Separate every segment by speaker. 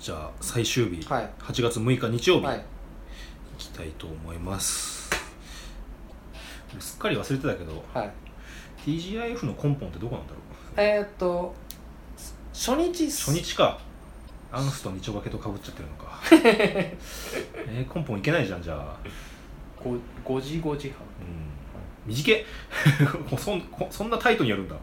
Speaker 1: じゃあ最終日、
Speaker 2: はい
Speaker 1: 8月6日日曜日、、
Speaker 2: はいい
Speaker 1: きたいと思いますもうすっかり忘れてたけど
Speaker 2: はい
Speaker 1: TGIF の根本ってどこなんだろう
Speaker 2: えーっとす初日
Speaker 1: 初
Speaker 2: 初
Speaker 1: 日かアンスと二丁掛けとかぶっちゃってるの かえー、根本いけないじゃんじゃあ
Speaker 2: 5, 5時5時半
Speaker 1: うん短えもう そんこそんなタイトにやるんだ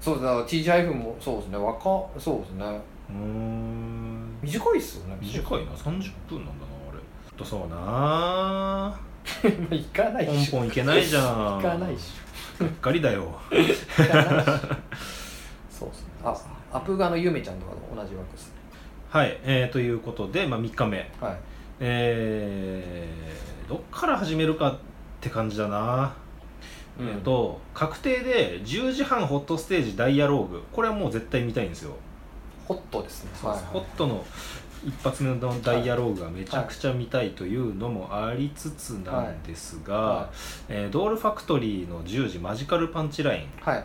Speaker 2: そうだから TGIF もそうですね若そうですね
Speaker 1: うーん
Speaker 2: 短いっすよね
Speaker 1: 短いな30分なんだなあれちょっとそうな
Speaker 2: まあ行かない
Speaker 1: ポ
Speaker 2: っ
Speaker 1: ン
Speaker 2: しょ
Speaker 1: ポンいけないじゃん
Speaker 2: 行かないっし
Speaker 1: がっかりだよ
Speaker 2: ょ行かないっしょそうっすねあアプガのゆめちゃんとかと同じ枠ですね
Speaker 1: はい、えーということで、まあ、3日目
Speaker 2: はい
Speaker 1: えーどっから始めるかって感じだな、えっと確定で10時半ホットステージダイアローグこれはもう絶対見たいんですよ、
Speaker 2: ホットですねはいはい
Speaker 1: ホットの一発目のダイアローグがめちゃくちゃ見たいというのもありつつなんですが、
Speaker 2: は
Speaker 1: えードールファクトリーの10時マジカルパンチライン
Speaker 2: いはい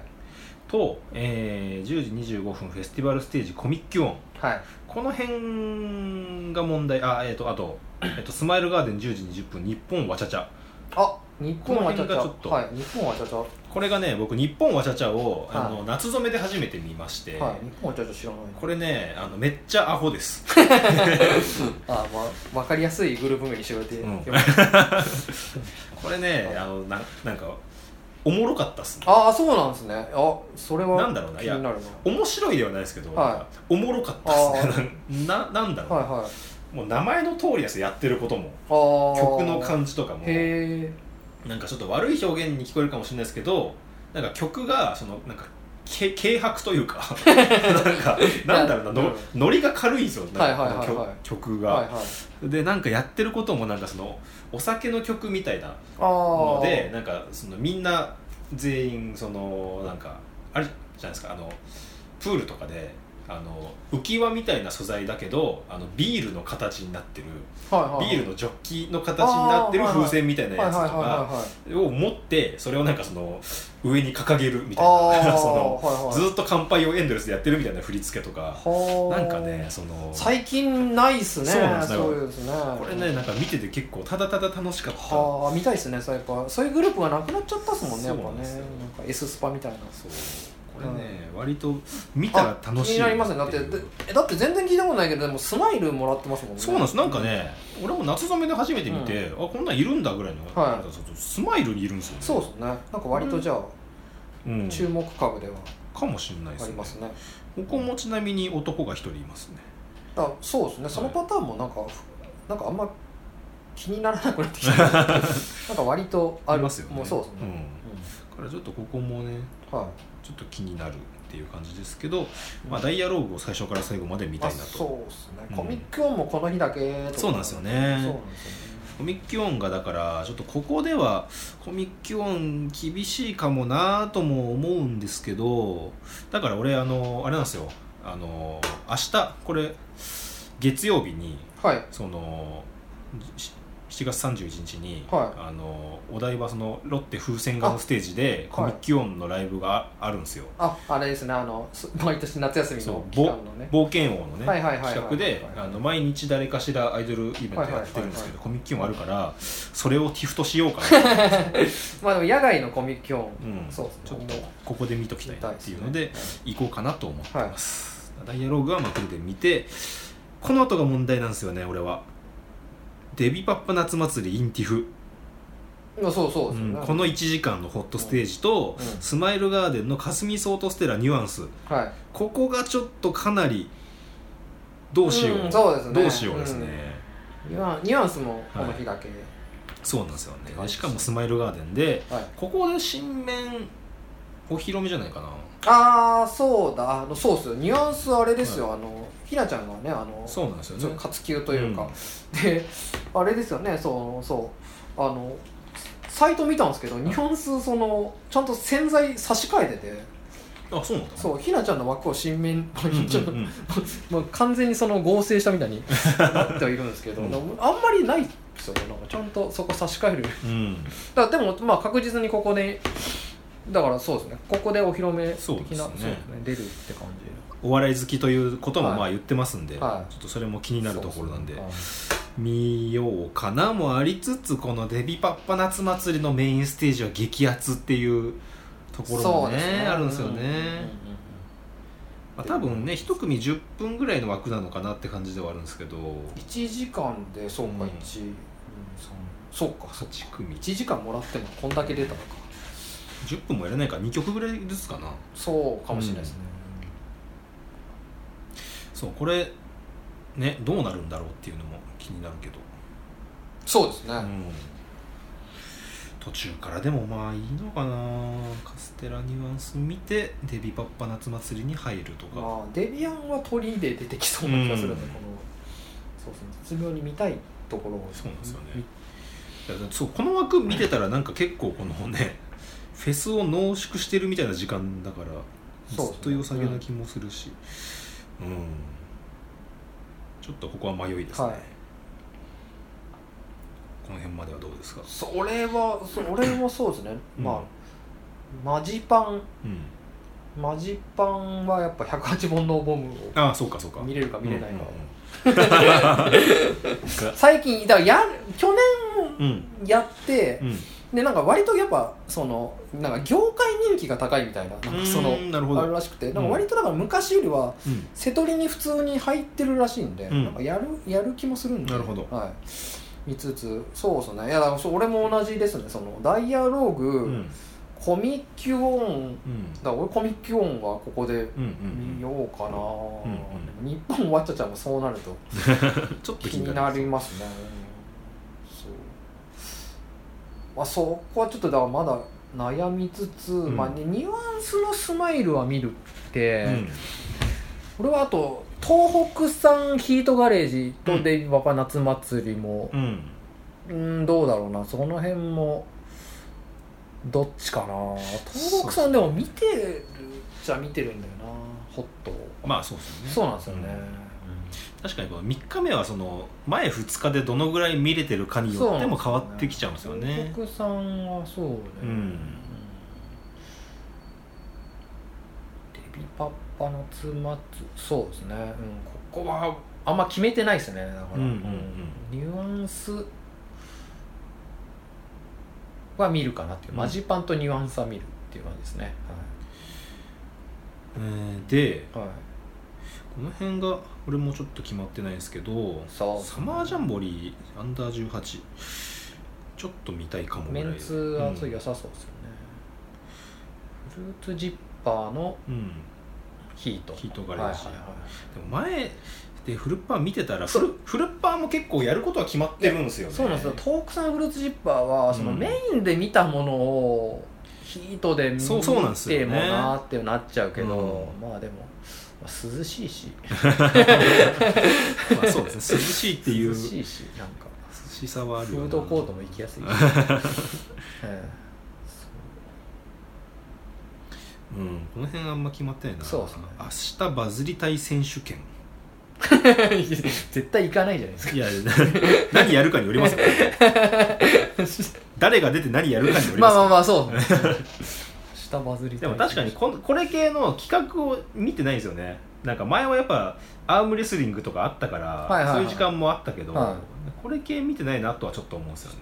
Speaker 1: と、えー10時25分フェスティバルステージコミックオン
Speaker 2: はい
Speaker 1: この辺が問題あえっ、とあと、えっとスマイルガーデン10時20分日本わちゃちゃ
Speaker 2: あ日本はちゃ
Speaker 1: この辺
Speaker 2: ち
Speaker 1: がちょっ
Speaker 2: ゃ
Speaker 1: と
Speaker 2: はい日本はちゃちゃは
Speaker 1: これがね僕日本わちゃちゃを、
Speaker 2: はい
Speaker 1: あの夏染めで初めて見まして、
Speaker 2: い日本はちゃちゃ知らない
Speaker 1: これねあのめっちゃアホです
Speaker 2: あまあわかりやすいグループ名にしてくれて、
Speaker 1: うん
Speaker 2: でも
Speaker 1: これねあのななんかおもろかったっすね
Speaker 2: ああそうなんですねあそれは
Speaker 1: なんだろうな
Speaker 2: 気
Speaker 1: い
Speaker 2: に
Speaker 1: や
Speaker 2: なるな
Speaker 1: 面白いではないですけど、
Speaker 2: はい
Speaker 1: なんかおもろかったっすねななんだろう、
Speaker 2: はいはい
Speaker 1: もう名前の通りですよやってることも
Speaker 2: あー
Speaker 1: 曲の感じとかも
Speaker 2: へえ
Speaker 1: なんかちょっと悪い表現に聞こえるかもしれないですけどなんか曲がそのなんかけ軽薄という かなんかなんだろうなのノリが軽いんですよなんか
Speaker 2: はいはいはいはい
Speaker 1: この曲曲が、
Speaker 2: はいはい
Speaker 1: でなんかやってることもなんかそのお酒の曲みたいな
Speaker 2: ああ
Speaker 1: のでなんかそのみんな全員そのなんかあれじゃないですかあのプールとかであの浮き輪みたいな素材だけどあのビールの形になってる
Speaker 2: はいはい
Speaker 1: ビールのジョッキの形になってる風船みたいなやつと
Speaker 2: はいはいはい
Speaker 1: か
Speaker 2: はいはい
Speaker 1: を持ってそれをなんかその上に掲げるみたい
Speaker 2: あ
Speaker 1: な
Speaker 2: あ
Speaker 1: その
Speaker 2: はいはい
Speaker 1: ずっと乾杯をエンドレスでやってるみたいな振り付けとか
Speaker 2: はあ
Speaker 1: なんかねその
Speaker 2: 最近ないっすね
Speaker 1: そうなんですよ
Speaker 2: そういうですね
Speaker 1: これねなんか見てて結構ただただ楽しかったそ
Speaker 2: はあ見たいっすねそうやっぱそういうグループがなくなっちゃったっすもんねやっぱ
Speaker 1: そうなん
Speaker 2: ね
Speaker 1: ですよ
Speaker 2: なんか S スパみたいな
Speaker 1: うこれね割と見たら楽しい
Speaker 2: 気になりますねだって
Speaker 1: いう
Speaker 2: でえだって全然聞いたことないけどでもスマイルもらってますもんね
Speaker 1: そうなんですなんかね俺も夏染めで初めて見て、あこんなんいるんだぐらいの、
Speaker 2: は
Speaker 1: スマイルにいるんですよね
Speaker 2: そうですねなんか割とじゃあ、
Speaker 1: うん
Speaker 2: 注目株では
Speaker 1: かもしれないで
Speaker 2: あ
Speaker 1: す
Speaker 2: り
Speaker 1: ね
Speaker 2: ますね
Speaker 1: ここもちなみに男が一人いますね
Speaker 2: だからそうですねそのパターンもなんか、なんかあんま気にならなく なってきたなんか割とあ
Speaker 1: あ
Speaker 2: る
Speaker 1: りますよね
Speaker 2: もうそうですね、
Speaker 1: んだからちょっとここもね
Speaker 2: うんはい
Speaker 1: ちょっと気になるっていう感じですけど、まあ、ダイアローグを最初から最後まで見たいな
Speaker 2: あ
Speaker 1: と
Speaker 2: そうですね、
Speaker 1: うん
Speaker 2: コミックオンもこの日だけとか
Speaker 1: そうなんですよ
Speaker 2: そう
Speaker 1: ね
Speaker 2: なんですよね
Speaker 1: コミックオンがだからちょっとここではコミックオン厳しいかもなとも思うんですけどだから俺あのあれなんですよあの明日これ月曜日に
Speaker 2: はい
Speaker 1: そのし7月31日に、
Speaker 2: は
Speaker 1: あのお台場そのロッテ風船画のステージで
Speaker 2: あ
Speaker 1: コミックオンのライブがああるんですよ、
Speaker 2: ああれですねあのす毎年夏休み
Speaker 1: そ
Speaker 2: の
Speaker 1: う
Speaker 2: 期間のね
Speaker 1: 冒険王のね
Speaker 2: はいはいはいはい
Speaker 1: 企画であの毎日誰かしらアイドルイベントやってるんです
Speaker 2: はいはいはい
Speaker 1: け
Speaker 2: は
Speaker 1: どコミックオンあるからそれをティフトしようかな
Speaker 2: まあでも野外のコミックオン、
Speaker 1: うん
Speaker 2: そうです
Speaker 1: ちょ
Speaker 2: ね
Speaker 1: っとここで見ときたいなっていうので
Speaker 2: 見たいです
Speaker 1: 行こうかなと思ってます、ダイアローグはまあこれで見てこの後が問題なんですよね俺はデビパッパ夏祭りインティフ、
Speaker 2: ねうんそうそうですよ
Speaker 1: うん
Speaker 2: ね、
Speaker 1: この1時間のホットステージと、
Speaker 2: うん
Speaker 1: スマイルガーデンの霞ソートステラニュアンス
Speaker 2: はい
Speaker 1: ここがちょっとかなりどうしよう,、
Speaker 2: んそうですね
Speaker 1: どうしようですね、
Speaker 2: うんニュアンニュアンスもこの日だけ、
Speaker 1: そうなんですよねでしかもスマイルガーデンで
Speaker 2: はい
Speaker 1: ここで新面お披露目じゃないかな
Speaker 2: ああそうだあのそうっすよニュアンスあれですよ、あのひなちゃんがねあの
Speaker 1: そうなんですよ
Speaker 2: ちょっ
Speaker 1: ね
Speaker 2: と活休というか、であれですよねそうそうあのサイト見たんですけどニュアンスそのちゃんと洗剤差し替えてて
Speaker 1: あそうなんだ
Speaker 2: そうひなちゃんの枠を新面ちょっと
Speaker 1: うん うんうん
Speaker 2: まあ完全にその合成したみたいになってはいるんですけど、
Speaker 1: うん
Speaker 2: でもあんまりないですよねなんかちゃんとそこ差し替える
Speaker 1: うん
Speaker 2: だからでもまあ確実にここでだからそうですねここでお披露目的な
Speaker 1: そうですね
Speaker 2: 出るって感じ
Speaker 1: お笑い好きということも
Speaker 2: はい
Speaker 1: まあ言ってますんで、
Speaker 2: はい
Speaker 1: ちょっとそれも気になるところなんで
Speaker 2: そうす
Speaker 1: 見ようかなもありつつこのデビパッパ夏祭りのメインステージは激アツっていうとこ
Speaker 2: ね
Speaker 1: ろ
Speaker 2: そ
Speaker 1: も
Speaker 2: う
Speaker 1: ね
Speaker 2: ですね
Speaker 1: あるんですよね、
Speaker 2: ううんうん
Speaker 1: まあ、多分ね一組10分ぐらいの枠なのかなって感じではあるんですけど
Speaker 2: 1時間でそうか
Speaker 1: うん
Speaker 2: 1、2 3そうかそう
Speaker 1: 8組
Speaker 2: 1時間もらってもこんだけ出たのか
Speaker 1: 10分もやらないから2曲ぐらいずつかな
Speaker 2: そうかもしれないですね、
Speaker 1: そうこれねどうなるんだろうっていうのも気になるけど、
Speaker 2: そうですね、
Speaker 1: うん、途中からでもまあいいのかなカステラニュアンス見てデビパッパ夏祭りに入るとか、
Speaker 2: まあデビアンは鳥で出てきそうな気がするんで、
Speaker 1: うん
Speaker 2: このそうですね絶妙に見たいところを
Speaker 1: そうなんですよねいやだってそうこの枠見てたらなんか結構このねフェスを濃縮してるみたいな時間だから
Speaker 2: そう
Speaker 1: ずっと良さげな気もするしうん、ちょっとここは迷いですね、
Speaker 2: はい
Speaker 1: この辺まではどうですか
Speaker 2: それはそ俺もそうですね、
Speaker 1: うん
Speaker 2: まあマジパン
Speaker 1: うん
Speaker 2: マジパンはやっぱ108本のボムを
Speaker 1: ああそうかそうか
Speaker 2: 見れるか見れない
Speaker 1: う
Speaker 2: か、
Speaker 1: ん
Speaker 2: 最近だからや去
Speaker 1: うんうん
Speaker 2: 年やって
Speaker 1: う、ん
Speaker 2: でなんか割とやっぱそのなんか業界人気が高いみたいななん
Speaker 1: うん
Speaker 2: かそ
Speaker 1: う
Speaker 2: の
Speaker 1: んなるほど
Speaker 2: あるらしくてなんか割とだから昔よりは
Speaker 1: うん
Speaker 2: 瀬戸りに普通に入ってるらしいんで、
Speaker 1: うん
Speaker 2: なんかやるやる気もするんで
Speaker 1: なるほど
Speaker 2: はい、見つつそうですねいやだからそう俺も同じですねそのダイアローグ、
Speaker 1: うんうん
Speaker 2: コミッキュオンだから俺コミッキュオンはここで
Speaker 1: うん
Speaker 2: 見ようかな、
Speaker 1: ん
Speaker 2: でも日本終わっちゃっちゃうもそうなると
Speaker 1: うんちょっと
Speaker 2: 気になりますねそう、まあ、そこはちょっとだからまだ悩みつつ、
Speaker 1: ん
Speaker 2: まあね、ニュアンスのスマイルは見るって、
Speaker 1: うん
Speaker 2: 俺はあと東北産ヒートガレージとデビバパ夏祭りも
Speaker 1: うん
Speaker 2: うんどうだろうなその辺もどっちかな東北産でも見てるじゃ見てるんだよなホット
Speaker 1: まあそうですよね
Speaker 2: そうなんですよね、
Speaker 1: 確かにこの3日目はその前2日でどのぐらい見れてるかによっても変わってきちゃうんですよね
Speaker 2: 東北産はそうね、
Speaker 1: う
Speaker 2: うん
Speaker 1: ん
Speaker 2: デビパッパのつまつそうですね、うん、ここはあんま決めてないですねだか
Speaker 1: う
Speaker 2: ら、
Speaker 1: んうん
Speaker 2: ニュアンスは見るかなっていう、マジパンとニュアンスは見るっていう感じですね、
Speaker 1: えーで
Speaker 2: はいはい、
Speaker 1: この辺が俺もちょっと決まってないんですけど
Speaker 2: そう
Speaker 1: サマージャンボリーアンダー18ちょっと見たいかもぐ
Speaker 2: メ
Speaker 1: らい
Speaker 2: ンツはそう
Speaker 1: うん
Speaker 2: 良さそうですよね、フルーツジッパーの
Speaker 1: うん
Speaker 2: ヒート
Speaker 1: ヒートガ
Speaker 2: は
Speaker 1: レ
Speaker 2: いはい
Speaker 1: ージ
Speaker 2: は
Speaker 1: でも前でフルッパー見てたらフ
Speaker 2: そう
Speaker 1: ルフルッパーも結構やることは決まってるんですよ
Speaker 2: い、
Speaker 1: ね
Speaker 2: そうなんですよ東北産フルーツジッパーはその
Speaker 1: うん
Speaker 2: メインで見たものをヒートで見
Speaker 1: そうそうなんです
Speaker 2: て
Speaker 1: よね
Speaker 2: もなーってなっちゃうけど、
Speaker 1: う
Speaker 2: まあでも、まあ、涼しいし
Speaker 1: まあそうですね涼しいっていう
Speaker 2: 涼
Speaker 1: 涼
Speaker 2: しいしなんか
Speaker 1: しさはある
Speaker 2: フ
Speaker 1: よな
Speaker 2: ードコートも行きやすいし、え
Speaker 1: うんこの辺あんま決まってないな
Speaker 2: そうですね
Speaker 1: 明日バズりたい選手権
Speaker 2: え 絶対行かないじゃないですか
Speaker 1: いや 何やるかによりますよ誰が出て何やるかによりま
Speaker 2: まあ
Speaker 1: す
Speaker 2: まあまあそ うですね下バズりた
Speaker 1: でも
Speaker 2: い
Speaker 1: 確かにこんこれ系の企画を見てないんですよねなんか前はやっぱアームレスリングとかあったから、
Speaker 2: いはいはい
Speaker 1: そういう時間もあったけど、
Speaker 2: は
Speaker 1: これ系見てないなとはちょっと思うんですよね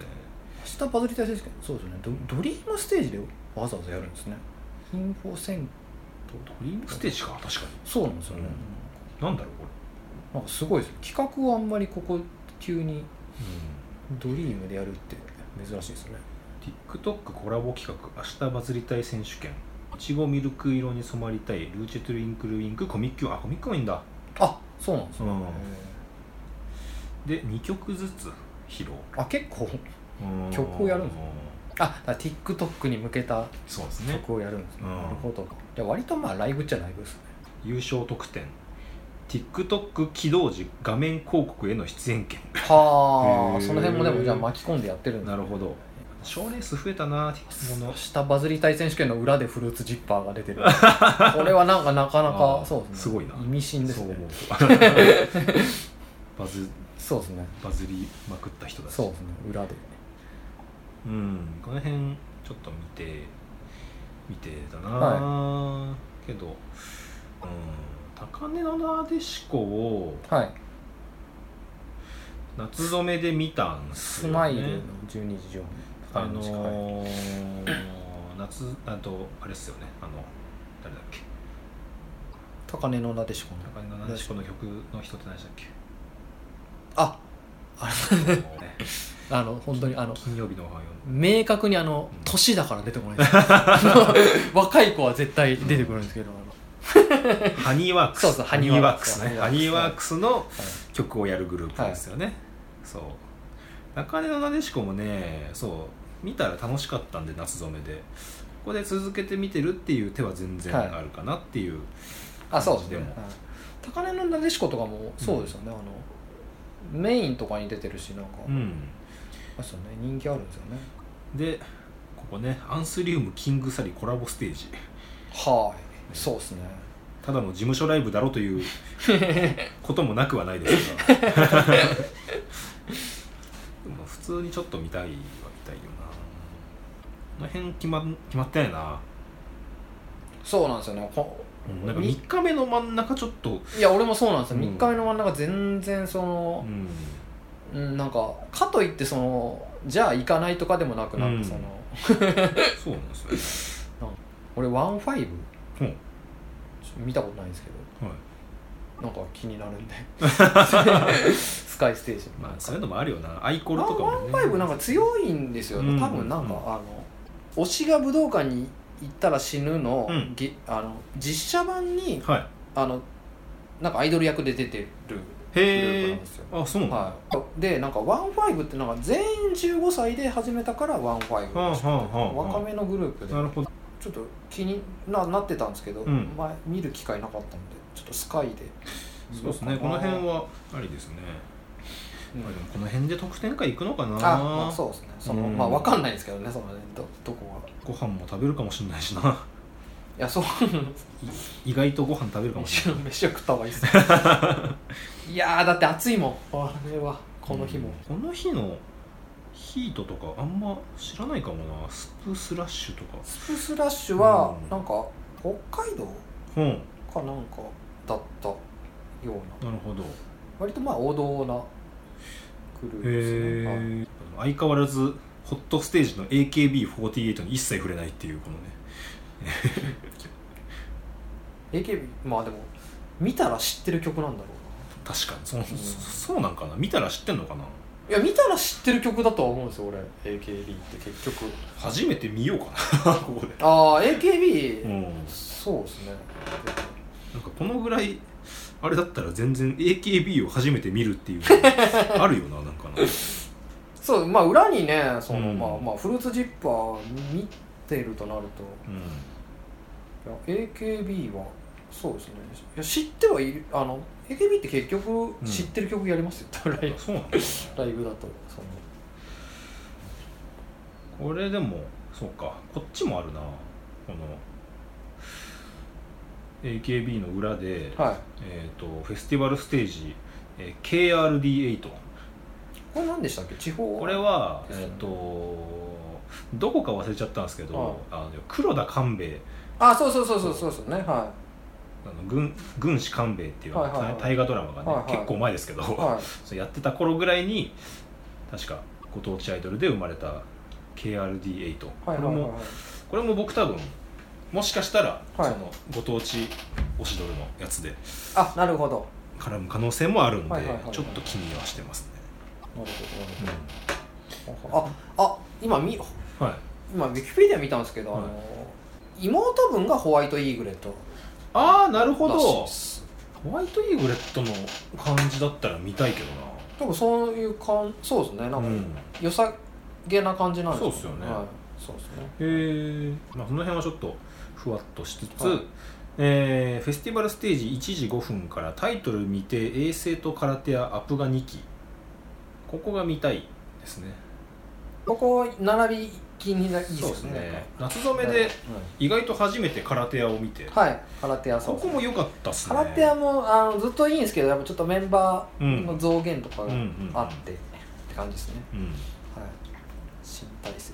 Speaker 2: 明日バズりたい選手権そうですねドドリームステージでわざわざやるんですね貧乏戦
Speaker 1: ドリームステージか確か
Speaker 2: そうなんですよね、
Speaker 1: になんだろうこ
Speaker 2: なんかすごいです企画をあんまりここ急に
Speaker 1: れ、
Speaker 2: ドリームでやるって珍しいですね
Speaker 1: うん、TikTok コラボ企画「明日バズりたい選手権」いちごミルク色に染まりたいルーチェトゥルインクルインクコミックあコミックもいいんだ
Speaker 2: あそうなんですね、
Speaker 1: うん
Speaker 2: へ
Speaker 1: で2曲ずつ披露
Speaker 2: えあ結構曲をやるんですあだから TikTok に向けた
Speaker 1: そうですね
Speaker 2: 曲をやるんですね、
Speaker 1: うん
Speaker 2: なるほどじゃあ割とまあライブっちゃライブですね
Speaker 1: 優勝得点 TikTok 起動時画面広告への出演権
Speaker 2: は
Speaker 1: へ
Speaker 2: あ
Speaker 1: え
Speaker 2: その辺もでもじゃあ巻き込んでやってるんだ
Speaker 1: なるほど賞レース増えたなもの
Speaker 2: 下バズりたい選手権の裏でフルーツジッパーが 出てるこれはなんかなかな
Speaker 1: あ
Speaker 2: か
Speaker 1: ー
Speaker 2: そうですね
Speaker 1: すごいな
Speaker 2: 意味深ですね
Speaker 1: そう 思うとバズ
Speaker 2: そうですね
Speaker 1: バズりまくった人だし
Speaker 2: そうですね裏で
Speaker 1: うんこの辺ちょっと見て見てたな、けど、うん、高根のなでしこを
Speaker 2: はい
Speaker 1: 夏染めで見たんす
Speaker 2: ス
Speaker 1: よ、ね、
Speaker 2: マイルの12時
Speaker 1: あ
Speaker 2: 上
Speaker 1: の
Speaker 2: はい
Speaker 1: ー、夏あとあれっすよねあの誰だっけ
Speaker 2: 高根のなでしこの
Speaker 1: 高根のなでしこの曲の人って何で したっけ
Speaker 2: あ
Speaker 1: あのね
Speaker 2: あの本当にあの
Speaker 1: 金曜日のおはよう
Speaker 2: 明確にあの
Speaker 1: うん
Speaker 2: 年だから出てこない ですあの若い子は絶対出てくるんですけど、あの
Speaker 1: ハニーワークス
Speaker 2: そうそうハニーワークス
Speaker 1: ハニーワークスねハニーワークスの
Speaker 2: はい
Speaker 1: 曲をやるグループですよね、そう中根のなでしこもねそう見たら楽しかったんで夏染めでここで続けて見てるっていう手は全然あるかなっていう、
Speaker 2: あそうです
Speaker 1: で
Speaker 2: ね、はい
Speaker 1: も
Speaker 2: 高根のなでしことかもそうですよね、あのメインとかに出てるしなんか、あ
Speaker 1: う
Speaker 2: れ
Speaker 1: ん
Speaker 2: ですよね人気あるんですよね
Speaker 1: でここねアンスリウムキングサリコラボステージ
Speaker 2: はいそうですね
Speaker 1: ただの事務所ライブだろということもなくはないですが でも普通にちょっと見たいは見たいよなこの辺決まん決まってないな,、
Speaker 2: そうなんですよねこ
Speaker 1: なんか3日目の真ん中ちょっと、
Speaker 2: いや俺もそうなんですよ、
Speaker 1: うん
Speaker 2: 3日目の真ん中全然その、
Speaker 1: ん、
Speaker 2: うん、なんかかといってそのじゃあ行かないとかでもなくなんかその、
Speaker 1: うんそうなんです
Speaker 2: 俺ワンファイ
Speaker 1: う
Speaker 2: ブ
Speaker 1: ん
Speaker 2: 見たことないんですけ
Speaker 1: よね、はい
Speaker 2: どなんか気になるんで スカイステージ
Speaker 1: まあ、そういうのもあるよなアイコルとかも
Speaker 2: ワン
Speaker 1: ね
Speaker 2: ファイブなんか強いんですよね、
Speaker 1: うん
Speaker 2: 多分なんか、
Speaker 1: うん
Speaker 2: あの推しが武道館に行ったら死ぬの,、
Speaker 1: うん
Speaker 2: げあの実写版に
Speaker 1: はい
Speaker 2: あのなんかアイドル役で出てるグループ
Speaker 1: へ
Speaker 2: な
Speaker 1: え
Speaker 2: んですよ、
Speaker 1: あそうなんだ、
Speaker 2: はい、でなんかワンファイブってなんか全員15歳で始めたからワンファイブ
Speaker 1: はあはあはあ
Speaker 2: 若めのグループで
Speaker 1: なるほど
Speaker 2: ちょっと気にななってたんですけど、
Speaker 1: うん
Speaker 2: 前見る機会なかったのでちょっとスカイで
Speaker 1: そうですねこの辺
Speaker 2: は、
Speaker 1: はありですね、
Speaker 2: うん
Speaker 1: まあでもこの辺で得点会行くのかな
Speaker 2: あまあそうですねその、
Speaker 1: うん
Speaker 2: まあわかんないですけどねそのねどどこが
Speaker 1: ご飯も食べるかもしれないしな
Speaker 2: いやそう
Speaker 1: 意外とご飯食べるかもし
Speaker 2: 飯
Speaker 1: れ
Speaker 2: を
Speaker 1: ない
Speaker 2: 飯を食った方がいい っすいやーだって暑いもんあれは この日も、
Speaker 1: うんこの日のヒートとかあんま知らないかもなスプスラッシュとか
Speaker 2: スプスラッシュは
Speaker 1: うん
Speaker 2: なんか北海道
Speaker 1: うんな
Speaker 2: かなんかだったような
Speaker 1: るほど
Speaker 2: 割とまあ王道なグループですね、はい
Speaker 1: へえ相変わらずホットステージの AKB48 に一切触れないっていうこのね
Speaker 2: AKB まあでも見たら知ってる曲なんだろ
Speaker 1: 確かにそ,、う
Speaker 2: うん
Speaker 1: そそうなんかな見たら知ってんのかな
Speaker 2: うないや見たら知ってる曲だとは思うんですよ俺 AKB って結局
Speaker 1: 初めて見ようかな ここで
Speaker 2: ああ AKB、
Speaker 1: うん
Speaker 2: そうですね
Speaker 1: なんかこのぐらいあれだったら全然 AKB を初めて見るっていう あるよななんかな
Speaker 2: そうまあ裏にねその、
Speaker 1: うん
Speaker 2: まあまあフルーツジッパー見てるとなる
Speaker 1: うん
Speaker 2: といや AKB はそうですねいや知ってはいるあの AKB って結局
Speaker 1: うん
Speaker 2: 知ってる曲やりますよ、 ライブ
Speaker 1: そうなんだ
Speaker 2: ライブだとその
Speaker 1: これでもそうかこっちもあるなこの AKB の裏で、
Speaker 2: はい
Speaker 1: えー、とフェスティバルステージ、えー KRD8
Speaker 2: これ何でしたっけ地方
Speaker 1: これは、
Speaker 2: です
Speaker 1: え
Speaker 2: よね
Speaker 1: っとどこか忘れちゃったんですけど、あの黒田官兵衛
Speaker 2: あそうそうそうそうそうですよねは
Speaker 1: あの軍軍師官兵衛っていう、
Speaker 2: はいはいはい
Speaker 1: 大河ドラマがね、
Speaker 2: はいはい
Speaker 1: 結構前ですけど、
Speaker 2: いは
Speaker 1: そうやってた頃ぐらいに確かご当地アイドルで生まれた KRD8 こ
Speaker 2: いはい
Speaker 1: れ
Speaker 2: はいはい
Speaker 1: もこれも僕多分もしかしたら、
Speaker 2: はい
Speaker 1: そのご当地推しドルのやつで
Speaker 2: あなるほどなる
Speaker 1: 絡む可能性もあるんで、
Speaker 2: はいはいはいはい
Speaker 1: ちょっと気にはしてますね、
Speaker 2: ほどなるほどああ今み
Speaker 1: はい
Speaker 2: 今ウィキペディア見たんですけど、
Speaker 1: はい
Speaker 2: あの妹分がホワイトイーグレット
Speaker 1: ああなるほ
Speaker 2: らしい
Speaker 1: ど
Speaker 2: です
Speaker 1: ホワイトイーグレットの感じだったら見たいけど
Speaker 2: 多分そういう感そうですねなんか、
Speaker 1: なうん
Speaker 2: 良さげな感じなんです
Speaker 1: そうっすよね
Speaker 2: はい、そうですね
Speaker 1: へえ、まあ、その辺はちょっとふわっとしつつ、
Speaker 2: はい
Speaker 1: えーフェスティバルステージ1時5分からタイトル未定衛星と空手やアプが2期ここが見たいですね
Speaker 2: ここ並び気になりいいです
Speaker 1: そう
Speaker 2: よ
Speaker 1: です
Speaker 2: ね
Speaker 1: ね夏染
Speaker 2: な
Speaker 1: め
Speaker 2: んか
Speaker 1: で意外と初めて空手屋を見て
Speaker 2: はい、はい、空手屋そ
Speaker 1: こ
Speaker 2: うです
Speaker 1: こ
Speaker 2: ね
Speaker 1: も良かったっすね
Speaker 2: 空手屋もあのずっといいんですけどやっぱちょっとメンバーの増減とか
Speaker 1: うん
Speaker 2: が
Speaker 1: うん
Speaker 2: あってって感じですね、
Speaker 1: うん
Speaker 2: はい心配す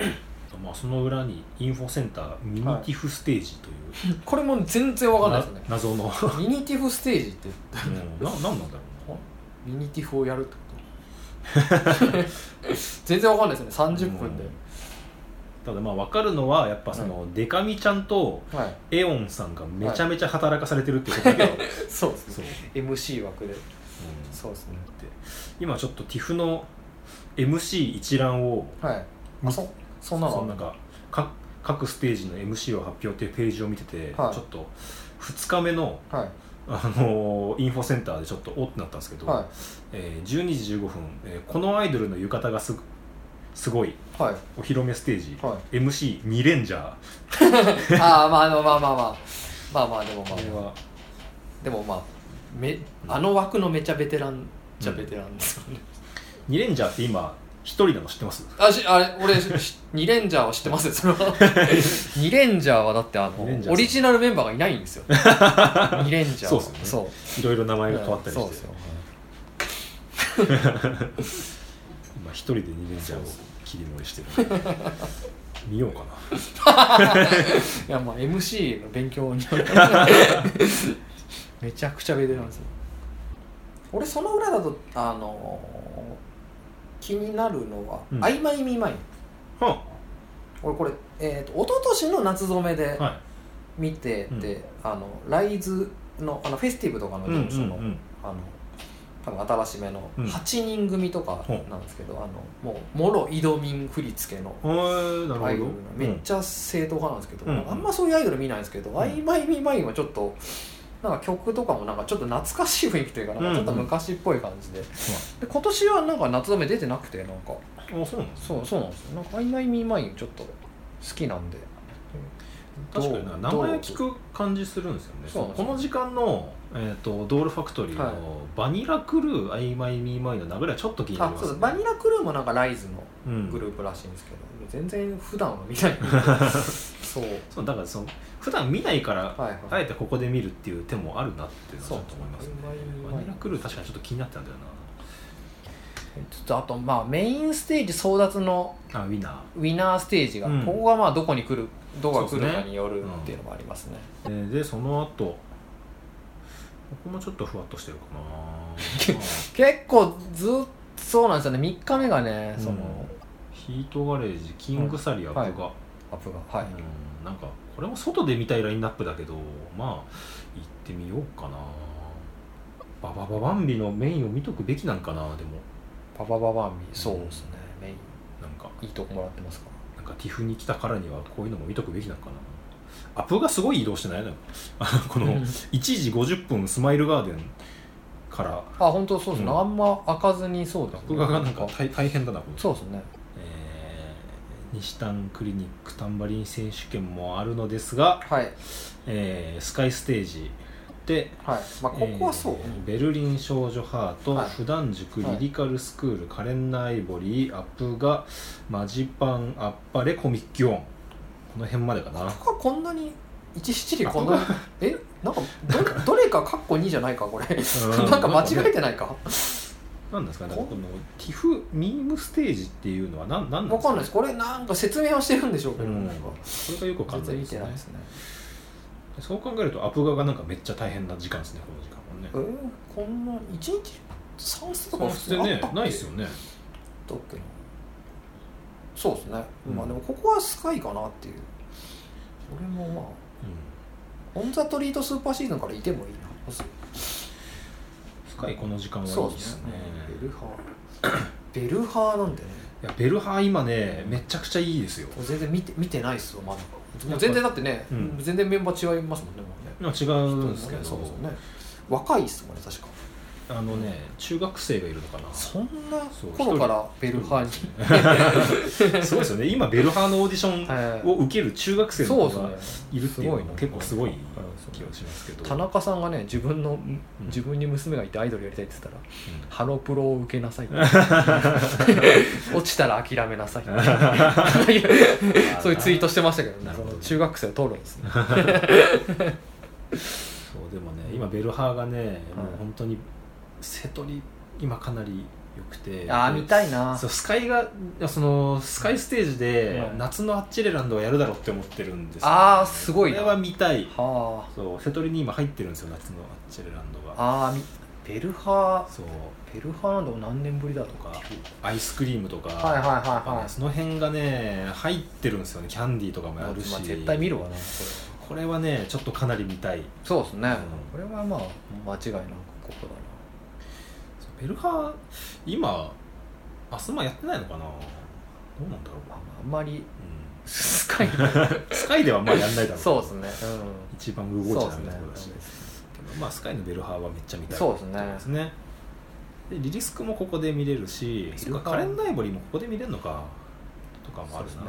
Speaker 2: る
Speaker 1: とまあその裏にインフォセンターミニティフステージという、
Speaker 2: これも全然わかんないですよね
Speaker 1: な謎の
Speaker 2: ミニティフステージって
Speaker 1: うんななんなんだろうな
Speaker 2: ミニティフをやるってこと 全然わかんないですよね30分で
Speaker 1: うん、ただまあ分かるのはやっぱそのデカミちゃんと
Speaker 2: はい
Speaker 1: エオンさんがめちゃめちゃ働かされてるってことだけど、
Speaker 2: そうですね
Speaker 1: そう、うん
Speaker 2: MC 枠でそうですね
Speaker 1: で今ちょっと TIFF の MC 一覧を
Speaker 2: はいあ
Speaker 1: み
Speaker 2: そそんなの
Speaker 1: そのなんか各各ステージの MC を発表っていうページを見てて、
Speaker 2: はい
Speaker 1: ちょっと2日目の、
Speaker 2: はい
Speaker 1: あのーインフォセンターでちょっとおってなったんですけど、
Speaker 2: は
Speaker 1: えー12時15分、えーこのアイドルの浴衣がすすごい
Speaker 2: いはい
Speaker 1: お披露目ステージ、
Speaker 2: は
Speaker 1: MC2 レンジャー
Speaker 2: いああまああのまあまあまあまあまあでもま
Speaker 1: これ
Speaker 2: あ
Speaker 1: は
Speaker 2: でもまあめあの枠のめちゃベテランじゃベテランですよね、
Speaker 1: 2レンジャーって今1人なの知ってます
Speaker 2: あしあれ俺し二レンジャーは知って ますよそれは二レンジャーはだってあの
Speaker 1: 二レンジャーさん
Speaker 2: オリジナルメンバーがいない んですよ二レンジャー
Speaker 1: そう
Speaker 2: は
Speaker 1: ですよね
Speaker 2: そう
Speaker 1: いろいろ名前が変わったりして、
Speaker 2: そうですよ
Speaker 1: 今一人で2レンジャーを切り盛りしてる見ようかない
Speaker 2: やまあ MC の勉強に めちゃくちゃベテランですよ俺その裏だとあのー気になるのは
Speaker 1: うん
Speaker 2: 「あいまいみまい」
Speaker 1: は
Speaker 2: 俺これ、えー、と一昨年の夏染めで
Speaker 1: あは
Speaker 2: 見て
Speaker 1: うん
Speaker 2: て、あのライズのあのフェスティブとかの
Speaker 1: い
Speaker 2: 事務所の,、
Speaker 1: ん
Speaker 2: あの多分新しめの
Speaker 1: うん
Speaker 2: 8人組とかなんですけど、あのもうもろ井戸民振り付けの
Speaker 1: はいなるほど
Speaker 2: アイドルのめっちゃ正統派なんですけど、
Speaker 1: うん
Speaker 2: あんまそういうアイドル見ないんですけど
Speaker 1: ん
Speaker 2: 「あいまいみまい」はちょっとなんか曲とかもなんかちょっと懐かしい雰囲気というかなんかちょっと昔っぽい感じで,、で今年はなんか夏染め出てなくてなんか
Speaker 1: うんあそうなんです
Speaker 2: そうそうなんですよなんか「あいまいみまい」ちょっと好きなんで
Speaker 1: 確かにな名
Speaker 2: どう
Speaker 1: 前を聞く感じするんですよね
Speaker 2: そうなんです
Speaker 1: こ
Speaker 2: よ
Speaker 1: の時間の、えー、とドールファクトリー
Speaker 2: はい
Speaker 1: の「バニラクルーアイマイミーマイ」の流れはちょっと気にな
Speaker 2: あ
Speaker 1: りま
Speaker 2: そう
Speaker 1: す
Speaker 2: ですバニラクルーもなんかライズの
Speaker 1: うん
Speaker 2: グループらしいんですけど、全然普段は見ない そう
Speaker 1: そうだからその普段見ないから
Speaker 2: はい
Speaker 1: あ
Speaker 2: はい、
Speaker 1: えてここで見るっていう手もあるなっていうのはちょっと思いますね
Speaker 2: そう曖昧曖昧
Speaker 1: バニラクルー確かにちょっと気になってたんだよ
Speaker 2: ちょっとあとまあメインステージ争奪の
Speaker 1: なあウィナー
Speaker 2: ウィナーステージが、
Speaker 1: うん
Speaker 2: ここがまあどこに来るどこが来
Speaker 1: そうで
Speaker 2: る
Speaker 1: す
Speaker 2: か
Speaker 1: ね
Speaker 2: によるっていうのもありますね
Speaker 1: えーでその後ここもちょっとふわっとしてるかな
Speaker 2: 結構ずっとそうなんですよね3日目がねその、
Speaker 1: ヒートガレージキングサリアとか、
Speaker 2: はいアップがはい、
Speaker 1: うんなんかこれも外で見たいラインナップだけどまあ行ってみようかなババババンビのメインを見とくべきなんかなでも
Speaker 2: パパババンビそうですねメイン
Speaker 1: なんか
Speaker 2: いいとこもらってますか
Speaker 1: なんかティフに来たからにはこういうのも見とくべきなんかなアップがすごい移動してないのよあこ
Speaker 2: ら、
Speaker 1: の1時50分スマイルガーデンから
Speaker 2: あ本当そうですね、
Speaker 1: うん
Speaker 2: あんま開かずにそう
Speaker 1: ア
Speaker 2: で
Speaker 1: ッ
Speaker 2: す
Speaker 1: プがなんか大大変だなこの
Speaker 2: そうですね
Speaker 1: えー西丹クリニックタンバリン選手権もあるのですが、
Speaker 2: はい
Speaker 1: えースカイステージで、
Speaker 2: はいまあここはそう、
Speaker 1: えーベルリン少女ハート、
Speaker 2: はい
Speaker 1: 普段塾
Speaker 2: はい
Speaker 1: リリカルスクール、カレンナアイボリーアップがマジパンアッパレコミッキオンこの辺までかな
Speaker 2: ここはこ んなに一七里こんなにえなんかどどれかカッコ2じゃないかこれ
Speaker 1: ん
Speaker 2: なんか間違えてないか
Speaker 1: なんですかね
Speaker 2: こ
Speaker 1: こ
Speaker 2: ん
Speaker 1: のティフミームステージっていうのは何なんなんで
Speaker 2: わ
Speaker 1: す
Speaker 2: かん
Speaker 1: か
Speaker 2: ないですこれなんか説明はしてるんでしょうけ
Speaker 1: う
Speaker 2: ど、
Speaker 1: ん、
Speaker 2: なんか
Speaker 1: これがよくわかん
Speaker 2: 全
Speaker 1: ない
Speaker 2: 然
Speaker 1: で
Speaker 2: 見
Speaker 1: す
Speaker 2: て
Speaker 1: ね
Speaker 2: ないですね
Speaker 1: そう考えるとアップががなんかめっちゃ大変な時間ですねこの時間もね
Speaker 2: えー、こんな一日算数とか
Speaker 1: 普通ね
Speaker 2: あったっけ
Speaker 1: ないですよね
Speaker 2: だっけなそうですね、
Speaker 1: うん
Speaker 2: まあでもここはスカイかなっていう俺もまあオン・ザ・トリート・スーパーシーズンからいてもいいな
Speaker 1: 深いこの時間はい
Speaker 2: そう
Speaker 1: い
Speaker 2: で
Speaker 1: ですす
Speaker 2: ね
Speaker 1: ね
Speaker 2: ベルハー ベルハーなんでね
Speaker 1: いやベルハー今ねめちゃくちゃいいですよ
Speaker 2: 俺全然見て見てないっすよまだもう全然だってね、
Speaker 1: うん
Speaker 2: 全然メンバー違いますもんねもうね
Speaker 1: 今違うんですけど
Speaker 2: そうですよね若いっすもんね確か
Speaker 1: あのね中学生がいるのか
Speaker 2: そんな
Speaker 1: そう
Speaker 2: 頃からベルハーに
Speaker 1: なすごいですよね今ベルハーのオーディシ ョ
Speaker 2: え
Speaker 1: ンを受ける中学生の
Speaker 2: そう
Speaker 1: 子が
Speaker 2: ですね
Speaker 1: いるっていうのも
Speaker 2: すごい
Speaker 1: 結
Speaker 2: な
Speaker 1: 構すごい
Speaker 2: うん
Speaker 1: 気がしますけど
Speaker 2: 田中さんがね自分の自分に娘がいてアイドルやりたいって言ってたら、ハロプロを受けなさいって 落ちたら諦めなさいっ て そういうツイートしてましたけどね
Speaker 1: なるほど
Speaker 2: その中学生を討論ですね
Speaker 1: そうでもね今ベルハーがね、
Speaker 2: はい
Speaker 1: もう本当に瀬戸に今かなりよくて
Speaker 2: あー見たいな
Speaker 1: そうスカイがそのスカイステージで
Speaker 2: うん
Speaker 1: 夏のアッチレランドはやるだろうって思ってるんですよ
Speaker 2: ああすごい
Speaker 1: こ
Speaker 2: な
Speaker 1: れは見たい
Speaker 2: は
Speaker 1: そう瀬戸りに今入ってるんですよ夏のアッチレランド
Speaker 2: あ
Speaker 1: が
Speaker 2: ああみベルハ
Speaker 1: そう
Speaker 2: ーベルハーなんだも何年ぶりだと
Speaker 1: と
Speaker 2: か
Speaker 1: かアイスクリームとか、
Speaker 2: はいはい
Speaker 1: やっぱ
Speaker 2: は
Speaker 1: ね
Speaker 2: いはい
Speaker 1: その辺がね入ってるんですよねキャンディーとかもやるし、
Speaker 2: まあ絶対見るわなこれ
Speaker 1: これはねちょっとかなり見たい
Speaker 2: そうですね、
Speaker 1: う
Speaker 2: これはまあ間違いなくここだな
Speaker 1: そうベルハー今アスマやってないのかなどうなんだろう
Speaker 2: まあ、あんまり
Speaker 1: う
Speaker 2: スカイ
Speaker 1: ん、スカイではまあやんないだろう
Speaker 2: そうですね、う
Speaker 1: 一番
Speaker 2: ん、
Speaker 1: 動いち
Speaker 2: そ
Speaker 1: ゃ
Speaker 2: う
Speaker 1: ダメなところだし、
Speaker 2: ですね
Speaker 1: でもまあスカイのベルハーはめっちゃ見たい
Speaker 2: そうですね
Speaker 1: ところですねでリリスクもここで見れるし
Speaker 2: ベ
Speaker 1: そ
Speaker 2: ルハー
Speaker 1: っかカレンダイボリーもここで見れるのかとかもある
Speaker 2: そう
Speaker 1: な、
Speaker 2: ですね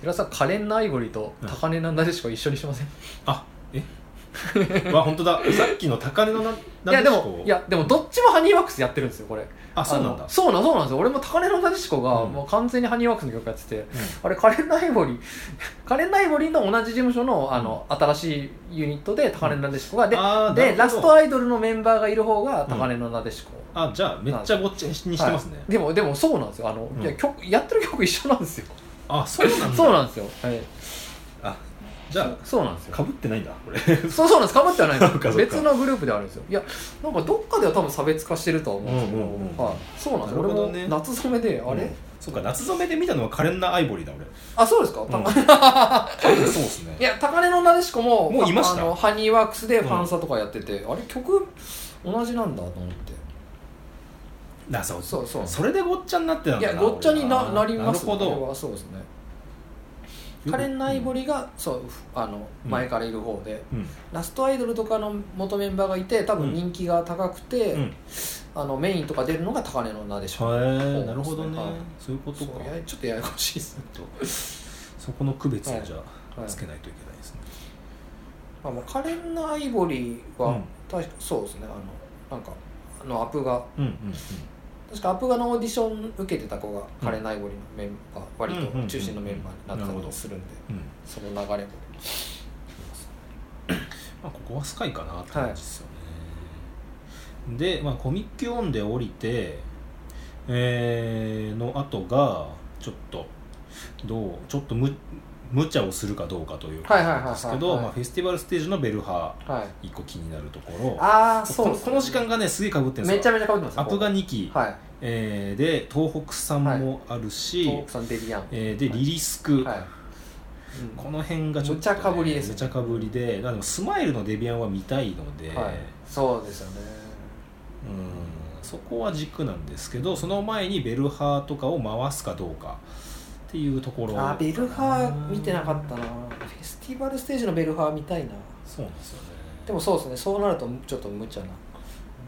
Speaker 2: 寺田さんカレン・ナイゴリと高根なんだでしか一緒にしません、
Speaker 1: あえ わ本当ださっきの高値のない
Speaker 2: や
Speaker 1: なでし
Speaker 2: でも
Speaker 1: こ
Speaker 2: いやでもどっちもハニーワックスやってるんですよこれ
Speaker 1: あそうなん
Speaker 2: あ
Speaker 1: だ
Speaker 2: のそうなんそうなんですよ俺も高根のなでしこが、
Speaker 1: うん
Speaker 2: もう完全にハニーワックスの曲やっててあれカレン・ナイゴリカレン・ナイゴリの同じ事務所のあの、新しいユニットで高根なでしこが、で
Speaker 1: あーなる
Speaker 2: で
Speaker 1: ほど
Speaker 2: ラストアイドルのメンバーがいる方が高根のなでしこ、
Speaker 1: あじゃあめっちゃごっちゃにしてますね、
Speaker 2: でもでもそうなんですよあの、
Speaker 1: うん
Speaker 2: いや曲やってる曲一緒なんですよ
Speaker 1: あそうなんだ
Speaker 2: そうなんですよ、はい、
Speaker 1: あじゃ
Speaker 2: そうなんです
Speaker 1: あ
Speaker 2: よ
Speaker 1: かぶってないんだこれ
Speaker 2: そうそうなんですかぶってはない
Speaker 1: そうかそう
Speaker 2: です
Speaker 1: か
Speaker 2: 別のグループではあるんですよいやなんかどっかでは多分差別化してるとは思うんですけど、
Speaker 1: うんうんうん
Speaker 2: はい、そうなんですよ、
Speaker 1: なるほどね
Speaker 2: 俺も夏染めであれ、
Speaker 1: うんそっか夏染めで見たのはカレンダーアイボリーだ俺
Speaker 2: あそうですか、
Speaker 1: ん
Speaker 2: た
Speaker 1: そうですね
Speaker 2: いや高根のなでしこも
Speaker 1: もういました
Speaker 2: あのハニーワークスでファンサとかやってて、あれ曲同じなんだと思って
Speaker 1: だそう
Speaker 2: そうそう
Speaker 1: それでごっちゃになってたん
Speaker 2: い
Speaker 1: だ
Speaker 2: やごっちゃにな
Speaker 1: 俺
Speaker 2: なります
Speaker 1: なる
Speaker 2: これ
Speaker 1: ほ
Speaker 2: はそうですね
Speaker 1: ど
Speaker 2: カレン・ナイボ
Speaker 1: リ
Speaker 2: リが、そうあの
Speaker 1: うん
Speaker 2: 前からいる方で、
Speaker 1: うん
Speaker 2: ラストアイドルとかの元メンバーがいて多分人気が高くて、
Speaker 1: うん、へ
Speaker 2: あのメインとか出るのが高根の名でしょ、
Speaker 1: えなるほどね
Speaker 2: はい
Speaker 1: そういうこと
Speaker 2: そう
Speaker 1: か
Speaker 2: ややちょっとややこしいですね、
Speaker 1: そこの区別
Speaker 2: は
Speaker 1: を
Speaker 2: い
Speaker 1: じゃあ
Speaker 2: はい
Speaker 1: つけないといけないですね、
Speaker 2: まあ、もうカレンナ・アイボリー
Speaker 1: う
Speaker 2: は
Speaker 1: ん
Speaker 2: 確か、そうですねあのなんかあのアプが
Speaker 1: うんうんうん
Speaker 2: 確かアプガのオーディション受けてた子がカレン・アイボリーのメンバー、割
Speaker 1: うんうんうん
Speaker 2: と中心のメンバーにな
Speaker 1: な
Speaker 2: って
Speaker 1: る
Speaker 2: た
Speaker 1: ほど
Speaker 2: りするんで、
Speaker 1: うん
Speaker 2: その流れも
Speaker 1: まあ、ここはスカイかなって感じですよね、で、まあ、コミックオンで降りて、えー、の後がちょっとどうちょっとむ無茶をするかどうかという
Speaker 2: はいはいはいはい
Speaker 1: 感じですけど
Speaker 2: はい
Speaker 1: まあフェスティバルステージのベルハ
Speaker 2: はい
Speaker 1: ー一個気になるところ
Speaker 2: ああそ
Speaker 1: こ
Speaker 2: うで
Speaker 1: の
Speaker 2: すね
Speaker 1: この時間がねすげえかぶってるんですよ
Speaker 2: めちゃめちゃ被ってます
Speaker 1: アプガ
Speaker 2: に
Speaker 1: 2期、
Speaker 2: はい
Speaker 1: えーで東北さんもあるし、
Speaker 2: 東北さんデリアン
Speaker 1: えーでリリスク、
Speaker 2: はい、うん
Speaker 1: この辺がちょっと、
Speaker 2: むちゃかぶりですね
Speaker 1: むちゃかぶりでだからでもスマイルのデビアンは見たいので、
Speaker 2: はい、そうですよね
Speaker 1: うんそこは軸なんですけどその前にベルハーとかを回すかどうかっていうところ
Speaker 2: あーベルハー見てなかったなフェスティバルステージのベルハー見たいな
Speaker 1: そうなんですよね
Speaker 2: でもそうですねそうなるとちょっと無茶な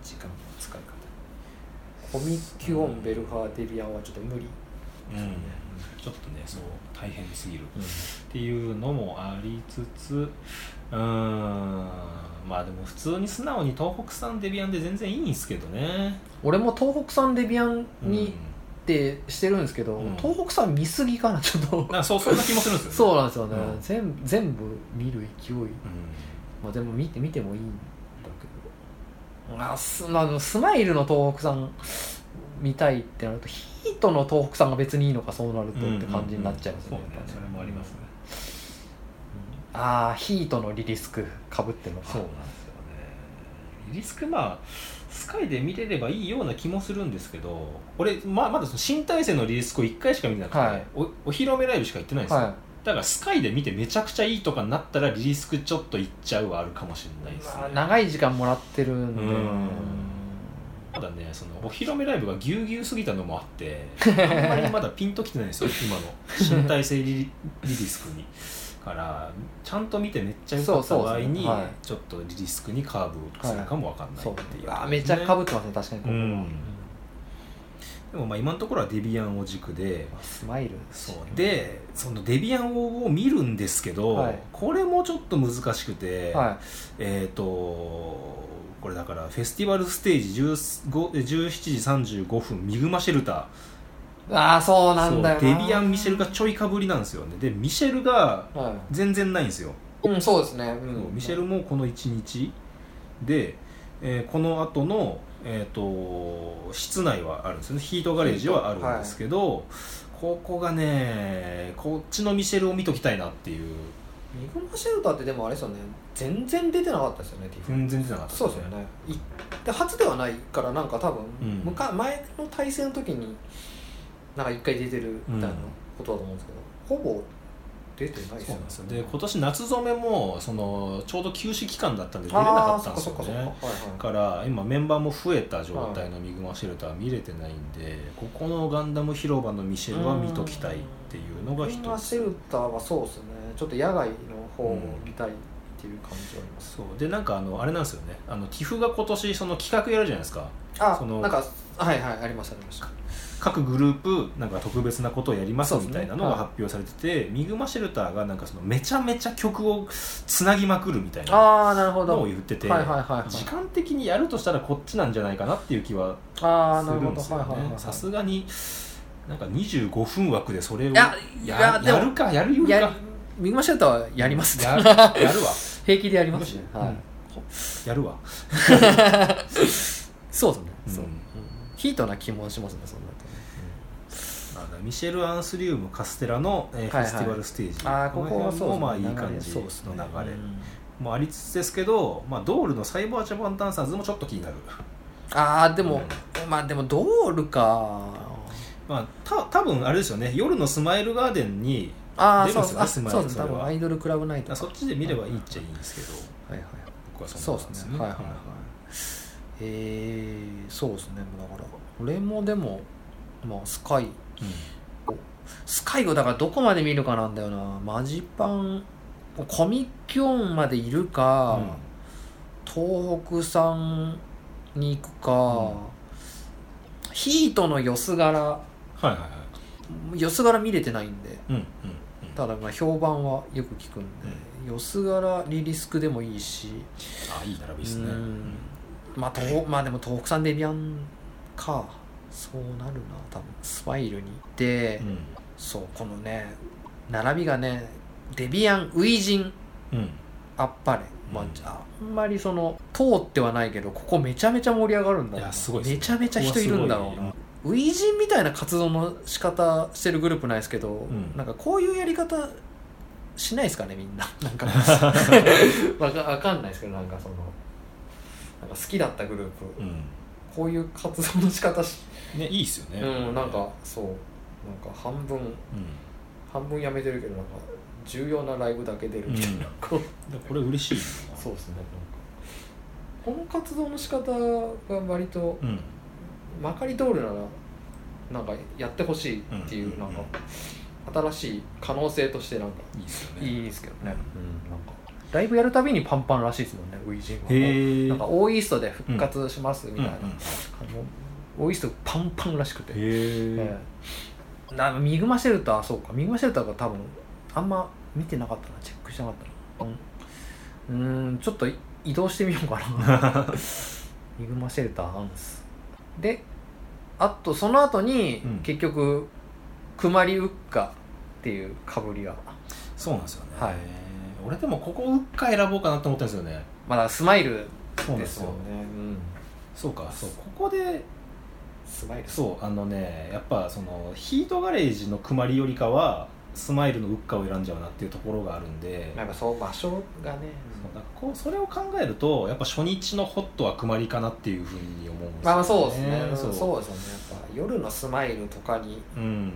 Speaker 2: 時間の使い方コミキュオンベルハーデビアンはちょっと無理
Speaker 1: うんちょっとねそう大変すぎるっていうのもありつつうーんまあでも普通に素直に東北産デビアンで全然いいんですけどね
Speaker 2: 俺も東北産デビアンにってしてるんですけど、
Speaker 1: うん
Speaker 2: 東北産見すぎかなちょっと
Speaker 1: うん、なんかそうそんな気もするんですよね
Speaker 2: そうなんですよね、
Speaker 1: うん
Speaker 2: 全全部見る勢い
Speaker 1: うん
Speaker 2: まあでも見て見てもいいんだけどまあス,、まあでも、スマイルの東北さん見たいってなるとヒートの東北さんが別にいいのかそうなるとって感じになっちゃいますよね,、
Speaker 1: うんうんうんそうねそれもありますね
Speaker 2: ああヒートのリリスクかぶってるのか
Speaker 1: そうなんですよねリスクまあスカイで見れればいいような気もするんですけど俺ままだその新体制のリリスクを1回しか見てなくて、
Speaker 2: はい
Speaker 1: おお披露目ライブしか行ってないんですよ、
Speaker 2: は
Speaker 1: だからスカイで見てめちゃくちゃいいとかになったらリリスクちょっと行っちゃうはあるかもしれない
Speaker 2: い、
Speaker 1: です
Speaker 2: まあ
Speaker 1: ね、
Speaker 2: 長い時間もらってるんで
Speaker 1: うんまだねそのお披露目ライブがぎゅうぎゅうすぎたのもあって あんまりまだピンときてないんですよ今の新体制リリリリスクにからちゃんと見てめっちゃ良かった
Speaker 2: そう
Speaker 1: 場
Speaker 2: そう
Speaker 1: 合
Speaker 2: ですね
Speaker 1: に、
Speaker 2: は
Speaker 1: ちょっとリリスクにカーブするかもわかんない
Speaker 2: そう
Speaker 1: っていう、
Speaker 2: あめちゃかぶってますね確かにここは、
Speaker 1: うんでもまあ今のところはデビアンを軸で
Speaker 2: まあスマイル
Speaker 1: そうでそのデビアンを見るんですけど、
Speaker 2: はい
Speaker 1: これもちょっと難しくて、
Speaker 2: は
Speaker 1: えっ、とこれだからフェスティバルステージ15え17時35分ミグマシェルタ
Speaker 2: い、ああそう
Speaker 1: ー
Speaker 2: なんだよな
Speaker 1: そうデビアン・ミシェルがちょいかぶりなんですよねでミシェルが
Speaker 2: は
Speaker 1: 全然ないんですよ、
Speaker 2: い、うんそうですね、う、
Speaker 1: そうんミシェルもこの1日で、えーこの後のえっ、と室内はあるんですよねヒートガレージはあるんですけど、ここがねこっちのミシェルを見ときたいなっていう
Speaker 2: ミグマシェルターってでもあれですよね全然出てなかったですよね TIFF
Speaker 1: 全然出てなかった
Speaker 2: そうですよねいで初ではないからなんか多分、
Speaker 1: うん
Speaker 2: むか前の対戦の時になんか一回出てるみたいなことだと思うんですけど、ほぼ出てないで
Speaker 1: そう
Speaker 2: すよ
Speaker 1: なん
Speaker 2: ね
Speaker 1: ですよで今年夏染めもそのちょうど休止期間だったんで出れな
Speaker 2: あ
Speaker 1: か
Speaker 2: あ
Speaker 1: った
Speaker 2: そ
Speaker 1: ん
Speaker 2: っ
Speaker 1: で
Speaker 2: か
Speaker 1: す
Speaker 2: そ
Speaker 1: よ
Speaker 2: っかそっかはい
Speaker 1: ねだ
Speaker 2: は
Speaker 1: から今メンバーも増えた状態のミグマシェルターは見れてないんでここのガンダム広場のミシェルは見ときたいっていうのが
Speaker 2: いミ
Speaker 1: 一
Speaker 2: グマシ
Speaker 1: つ
Speaker 2: ェルターはそうですねちょっと野外の方を見たいっていう感じはあります、
Speaker 1: そうでなんかあのあれなんですよねあの TIFF が今年その企画やるじゃないですか
Speaker 2: あ
Speaker 1: その
Speaker 2: なんかはいはいありましたありました
Speaker 1: 各グループなんか特別なことをやりますみたいなのが
Speaker 2: そう
Speaker 1: 発表されてて、ミグマシェルターがなんかそのめちゃめちゃ曲をつなぎまくるみたいな
Speaker 2: ああなるほど
Speaker 1: のを
Speaker 2: はい
Speaker 1: 言ってて、
Speaker 2: はいはいはい
Speaker 1: 時間的にやるとしたらこっちなんじゃないかなっていう気は
Speaker 2: ああ
Speaker 1: す
Speaker 2: なる
Speaker 1: る
Speaker 2: ほ
Speaker 1: ん
Speaker 2: ど
Speaker 1: です
Speaker 2: は
Speaker 1: よ
Speaker 2: いはいはい
Speaker 1: ねさすがになんか25分枠でそれを
Speaker 2: いやい
Speaker 1: や
Speaker 2: やでも
Speaker 1: やるかやるよりか
Speaker 2: やりミグマシェルターはやります
Speaker 1: ややるわ
Speaker 2: 平気でやりますね、はい
Speaker 1: やるわう
Speaker 2: そうですね、
Speaker 1: ん
Speaker 2: そう
Speaker 1: うん
Speaker 2: ヒートな気もしますねそんなとね
Speaker 1: あのミシェル・アンスリウム・カステラの、えー
Speaker 2: はい
Speaker 1: フェ
Speaker 2: はい
Speaker 1: スティバルステージ
Speaker 2: あーここはそう
Speaker 1: の
Speaker 2: ですね
Speaker 1: 辺もまあいい感じ
Speaker 2: 流
Speaker 1: の
Speaker 2: れそうですね
Speaker 1: 流れ
Speaker 2: うん
Speaker 1: もありつつですけど、まあ、ドールのサイバージャパンダンサーズもちょっと気になる、
Speaker 2: ああでも、まあでもドールか
Speaker 1: まあ、た多分あれですよね夜のスマイルガーデンに
Speaker 2: ああ
Speaker 1: 出るんです
Speaker 2: そう
Speaker 1: よ
Speaker 2: あ
Speaker 1: ス
Speaker 2: そう
Speaker 1: マイル
Speaker 2: です
Speaker 1: そ
Speaker 2: 多
Speaker 1: れは
Speaker 2: 分アイドルクラブナイト
Speaker 1: あ
Speaker 2: と
Speaker 1: そ
Speaker 2: か
Speaker 1: っちで見ればいいっちゃいいんですけど
Speaker 2: はいはい
Speaker 1: 僕は
Speaker 2: そ
Speaker 1: そん
Speaker 2: う
Speaker 1: な
Speaker 2: で
Speaker 1: 感じ
Speaker 2: すねはいはいはいえー、そうですねだから俺もでもまあスカイ
Speaker 1: うん
Speaker 2: スカイをだからどこまで見るかなんだよなマジパンコミキョンまでいるか、
Speaker 1: うん
Speaker 2: 東北さんに行くか、ヒートのよす柄
Speaker 1: はいはいはい
Speaker 2: よす柄見れてないんで
Speaker 1: うんうんうん
Speaker 2: ただまあ評判はよく聞くんで、よす柄リリスクでもいいし
Speaker 1: あいい並びですね
Speaker 2: う
Speaker 1: うん
Speaker 2: んまあ東まあでも東北さんデビアンかそうなるな多分スパイルに行って、そうこのね並びがねデビアンウイジン
Speaker 1: うん
Speaker 2: あっぱれ、まあ
Speaker 1: うん
Speaker 2: あんまりその通ってはないけどここめちゃめちゃ盛り上がるんだろうない
Speaker 1: やすごいですね
Speaker 2: めちゃめちゃ人いるんだろう
Speaker 1: ここは
Speaker 2: なウイジンみたいな活動の仕方してるグループないですけど、
Speaker 1: ん
Speaker 2: なんかこういうやり方しないですかねみん ななんかわかわかんないですけどなんかそのなんか好きだったグループ、
Speaker 1: うん
Speaker 2: こういう活動の仕方し、
Speaker 1: ねいいっすよね
Speaker 2: うん、なんかそうなんか半分
Speaker 1: うん
Speaker 2: 半分やめてるけどなんか重要なライブだけ出るみたいな、こう
Speaker 1: でこれ嬉しいな
Speaker 2: そうですねなんかこの活動の仕方が割と
Speaker 1: うん
Speaker 2: まかり通るならなんかやってほしいっていううんなんか
Speaker 1: うん
Speaker 2: 新しい可能性としてなんか
Speaker 1: いいっすよ
Speaker 2: い
Speaker 1: ね
Speaker 2: いですけどね、うん、なんかライブやるたびにパンパンらしいですもんねウイジンは
Speaker 1: へえ
Speaker 2: なんかオーイーストで復活しますみたいな、あのオーイーストパンパンらしくて
Speaker 1: へ
Speaker 2: えなミグマシェルターそうかミグマシェルターが多分あんま見てなかったなチェックしてなかったなうんうーんちょっとい移動してみよう かなミグマシェルターアンスであとその後に、
Speaker 1: うん
Speaker 2: 結局クマリウッカっていうかぶりが
Speaker 1: そうなんですよね
Speaker 2: はい
Speaker 1: 俺でもここをうっか選ぼうかなと思ったんですよね
Speaker 2: まだスマイル
Speaker 1: そうなん
Speaker 2: で
Speaker 1: ですす
Speaker 2: よ
Speaker 1: よ
Speaker 2: ねうん
Speaker 1: そうかそうここで
Speaker 2: スマイル
Speaker 1: そうあのねやっぱそのヒートガレージのくまりよりかはスマイルのウッカを選んじゃうなっていうところがあるんで
Speaker 2: やっぱそう場所がね
Speaker 1: そうなんかこうそれを考えるとやっぱ初日のホットはくまりかなっていうふうに思うんですよね
Speaker 2: まあそうですね、うん
Speaker 1: そ
Speaker 2: そう
Speaker 1: う
Speaker 2: ですよねやっぱ夜のスマイルとかに
Speaker 1: うん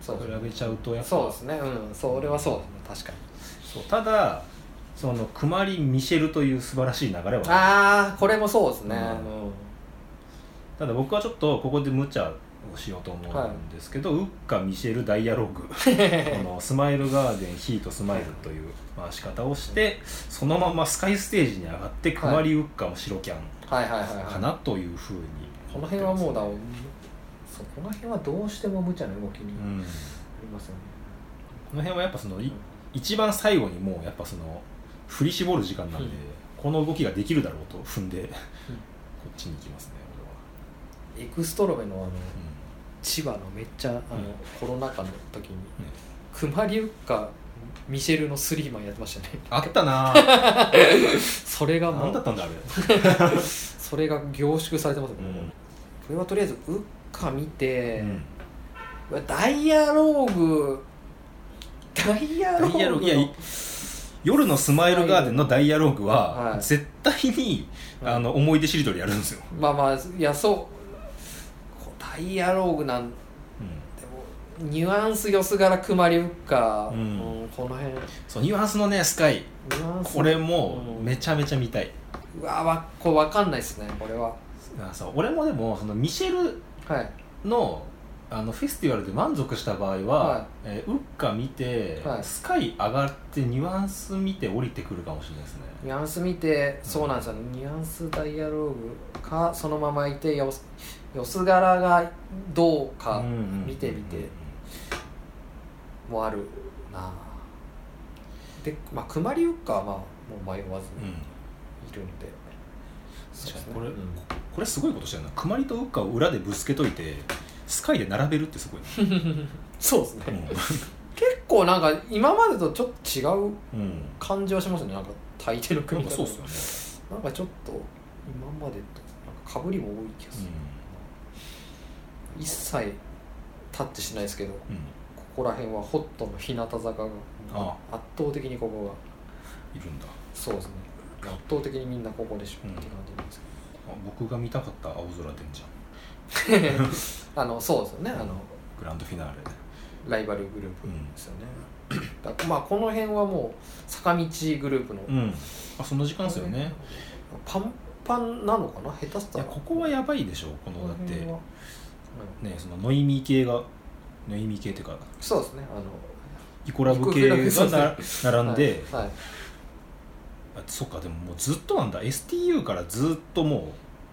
Speaker 2: そうですね
Speaker 1: 比べちゃうとやっぱ
Speaker 2: そうですねうんそれはそうですね確か
Speaker 1: そうただそのくまりミシェルという素晴らしい流れ
Speaker 2: に
Speaker 1: は
Speaker 2: ああこれもそうですね、
Speaker 1: うんただ僕はちょっとここで無茶をしようと思うんですけど、ウッカミシェルダイアログこのスマイルガーデンヒートスマイルという回し方をしてそのままスカイステージに上がってくまりウッカも白キャン
Speaker 2: はいはいはい、はい、
Speaker 1: かなというふうに
Speaker 2: この
Speaker 1: 思って
Speaker 2: 辺は
Speaker 1: ます
Speaker 2: もうだそうこの辺はどうしても無茶な動きに
Speaker 1: う
Speaker 2: なり
Speaker 1: ん
Speaker 2: ますよね、
Speaker 1: この辺はやっぱそのい一番最後にもうやっぱその振り絞る時間なんで、
Speaker 2: うん
Speaker 1: この動きができるだろうと踏んで、こっちに行きますね
Speaker 2: エクストロメのあの
Speaker 1: 俺は、
Speaker 2: 千葉のめっちゃあの、
Speaker 1: うん
Speaker 2: コロナ禍の時に
Speaker 1: うん
Speaker 2: 熊流かミシェルのスリーマンやってましたね
Speaker 1: あったなぁ
Speaker 2: それが
Speaker 1: 何
Speaker 2: も
Speaker 1: だ
Speaker 2: う
Speaker 1: ったんだあれ
Speaker 2: それが凝縮されてますね、
Speaker 1: うん
Speaker 2: これはとりあえずウッカ見て、
Speaker 1: うん
Speaker 2: ダイアローグダイアロ
Speaker 1: ダイア
Speaker 2: ー
Speaker 1: ログ
Speaker 2: グの
Speaker 1: いやい夜のスマイルガーデンのダイアローグ
Speaker 2: は
Speaker 1: はい絶対にあの思い出しりとりやるんですよ、
Speaker 2: まあまあいやそうこうダイアローグなんて
Speaker 1: うん
Speaker 2: もうニュアンスよすがらくまりウッカ、
Speaker 1: うん
Speaker 2: うんこの辺ニ
Speaker 1: そうニュアンスのねスカイ
Speaker 2: ュアンス
Speaker 1: これも
Speaker 2: うん
Speaker 1: めちゃめちゃ見たい、
Speaker 2: うわわこれわかんないですねこれは
Speaker 1: あそう俺もでもそのミシェル
Speaker 2: はい
Speaker 1: のあのフェスティバルで満足した場合は、
Speaker 2: はい
Speaker 1: えーウッカ見て、
Speaker 2: はい
Speaker 1: スカイ上がってニュアンス見て降りてくるかもしれないですね
Speaker 2: ニュアンス見てそうなんですよねニュアンスダイアローグかそのままいてよすよす柄がどうか
Speaker 1: うんうん
Speaker 2: 見てみてもあるなあでまあくまりウッカはまあもう迷わず
Speaker 1: うん、
Speaker 2: にいるんで、
Speaker 1: 確
Speaker 2: そう
Speaker 1: か
Speaker 2: です
Speaker 1: にこ
Speaker 2: ね
Speaker 1: れ、
Speaker 2: うん
Speaker 1: ここれすごいことしてるなくまりとウッカを裏でぶつけといてスカイで並べるってすごい
Speaker 2: そうですね、
Speaker 1: な、
Speaker 2: 結構なんか今までとちょっと違う
Speaker 1: うんうん、
Speaker 2: 感じはしますねなんか大抵の
Speaker 1: な
Speaker 2: 組
Speaker 1: ん
Speaker 2: み
Speaker 1: か
Speaker 2: 方
Speaker 1: そうっす
Speaker 2: なんかちょっと今までとなんか被りも多い気が
Speaker 1: よ
Speaker 2: す
Speaker 1: ね
Speaker 2: る、、一切タッチしないですけど
Speaker 1: うんうん、
Speaker 2: ここら辺はホットの日向坂が
Speaker 1: あ
Speaker 2: 圧倒的にここが
Speaker 1: いるんだ
Speaker 2: そうですね圧倒的にみんなここでしょって感じなんです
Speaker 1: あ僕が見たかった青空天じゃん
Speaker 2: けど、 あのそうですよねあの
Speaker 1: グランドフィナーレ
Speaker 2: ライバルグループで すよね、だまあこの辺はもう坂道グループの、
Speaker 1: うんあその時間ですよね
Speaker 2: パンパンなのかな下手した
Speaker 1: いや
Speaker 2: ら
Speaker 1: ここはやばいでしょこ
Speaker 2: こ
Speaker 1: の
Speaker 2: の
Speaker 1: だって
Speaker 2: 辺は
Speaker 1: ねそのノイミー系がノイミー系っていうか
Speaker 2: そうですねあの
Speaker 1: イコラブ系が
Speaker 2: イコラブ
Speaker 1: な並んで、
Speaker 2: はいはい
Speaker 1: あそっかでももうずっとなんだ STU からずっともう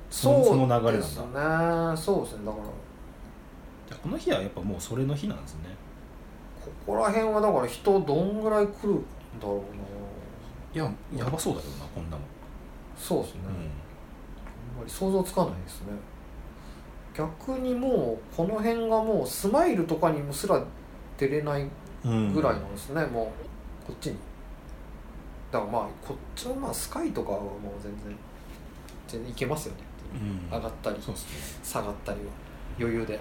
Speaker 1: そ
Speaker 2: そ
Speaker 1: のその流
Speaker 2: う
Speaker 1: れなんだ
Speaker 2: ですねそうですねだから
Speaker 1: じゃあこの日はやっぱもうそれの日なんですね
Speaker 2: ここら辺はだから人どんぐらい来るんだろうない
Speaker 1: ややばそうだけどなこんなもん、
Speaker 2: そうですね、
Speaker 1: う
Speaker 2: あん
Speaker 1: ん
Speaker 2: まり想像つかないですね逆にもうこの辺がもうスマイルとかにもすら出れない
Speaker 1: うん
Speaker 2: ぐらいなんですね、もうこっちにだからまあこっちのまあスカイとかはもう全然全然いけますよね
Speaker 1: うん
Speaker 2: 上がったり
Speaker 1: そうですね
Speaker 2: 下がったりは余裕で